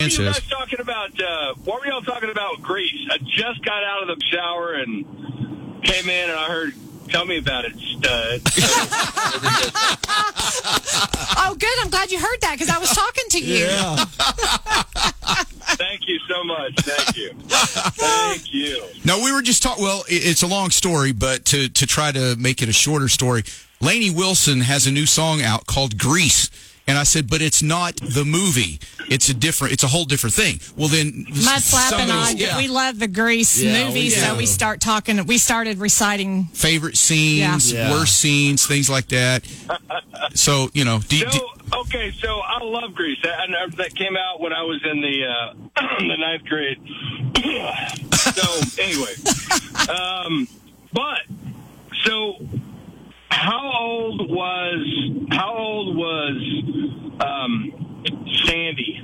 You guys Sanchez. talking about uh, what were y'all talking about? Greece. I just got out of the shower and came in, and I heard. Tell me about it, stud. Oh, good. I'm glad you heard that because I was talking to you. Thank you so much. Thank you. Thank you. No, we were just talking. Well, it, it's a long story, but to to try to make it a shorter story, Lainey Wilson has a new song out called Grease. And I said, but it's not the movie. It's a different. It's a whole different thing. Well, then, Mud Flap and I, somebody's- yeah. we love the Grease Yeah, movie, we so do. we start talking. We started reciting. favorite scenes, Yeah. Yeah. worst scenes, things like that. So you know, do, do, So okay, so I love Greece. That, that came out when I was in the uh, the ninth grade. so anyway, um, but so how old was how old was um, Sandy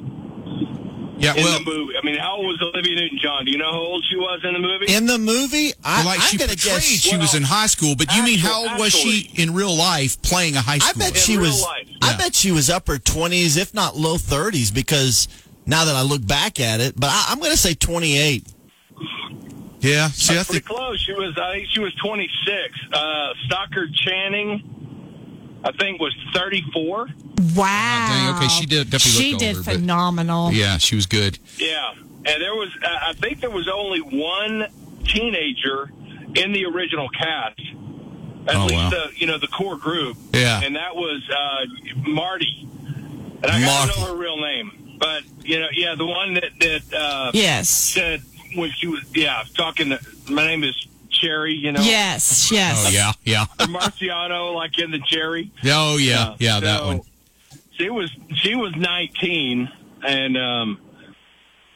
yeah. in Well, the movie? I mean, how old was Olivia Newton John? Do you know how old she was in the movie? In the movie, I, well, like I'm she going to portrayed, guess she was in high school. But you mean how old was she in real life playing a high I school? bet In she real was. life. I bet she was upper twenties, if not low thirties, because now that I look back at it, but I, I'm going to say 28. yeah. See, I Pretty think close. She was. I think she was 26. Uh, Stockard Channing, I think, was 34. Wow. dang, okay, she did- definitely She looked did older, but- phenomenal. yeah, she was good. Yeah, and there was. Uh, I think there was only one teenager in the original cast. At Oh, least wow. Ah. the you know the core group. Yeah. and that was uh, Marty. And I don't know her real name, but you know, yeah, the one that that uh, Yes. said when she was yeah talking. To, my name is Cherry. You know, Yes. Yes. Oh yeah, yeah. Marciano, like in the Cherry. Oh yeah, yeah. That So, one. She was she was nineteen, and um,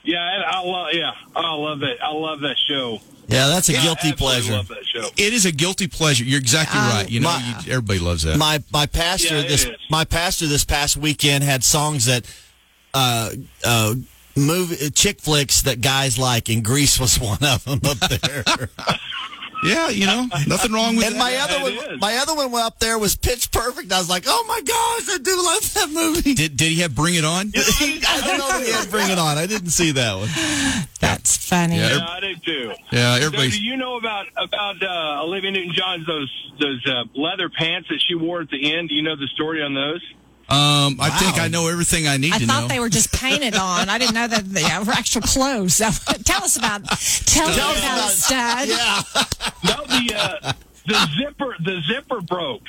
yeah, I, I love yeah, I love it. I love that show. Yeah, that's a guilty I absolutely pleasure. Love that show. It is a guilty pleasure. You're exactly Uh, right. You know, my- you, everybody loves that. My my pastor Yeah, it this is. my pastor this past weekend had songs that uh uh movie chick flicks that guys like, and Grease was one of them up there. yeah, you know, nothing wrong with and that. my other it one is. my other one went up there was Pitch Perfect. I was like, oh my gosh, I do love that movie. did did he have Bring It On? I don't know if he had Bring It On. I didn't see that one. That's funny. Yeah. Yeah, I did too. Yeah, So everybody. do you know about about uh, Olivia Newton-John's those those uh, leather pants that she wore at the end? Do you know the story on those? Um, I think Wow. I know everything I need I to thought know. they were just painted on. I didn't know that they were actual clothes. tell us about. Tell, me about, us it, about- Stud. Yeah. No, the uh, the zipper the zipper broke,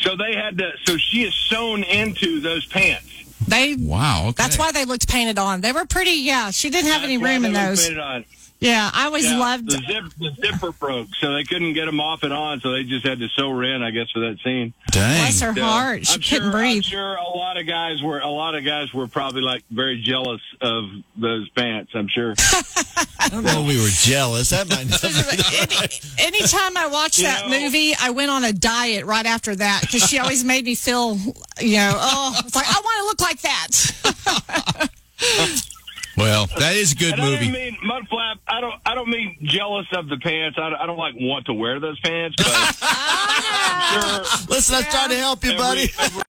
so they had to. So she is sewn into those pants. They. wow. Okay. That's why they looked painted on. They were pretty. Yeah. She didn't have any That's why room in they were those. painted on. Yeah. I always Yeah, loved. the, zip, the zipper broke, so they couldn't get them off and on, so they just had to sew her in, I guess, for that scene. Dang. Bless her Yeah. heart. She I'm couldn't sure, I'm breathe. sure a lot of guys were a lot of guys were probably like very jealous of those pants. I'm sure. Well, we were jealous. That might not Any, anytime I watched You that know- movie, I went on a diet right after that because she always made me feel, you know, oh, it's like I want to look like that. Well, that is a good And I movie. don't mean mudflap. I don't. I don't mean jealous of the pants. I don't, I don't like want to wear those pants, but I'm sure Listen, I was trying to help you, every- buddy. every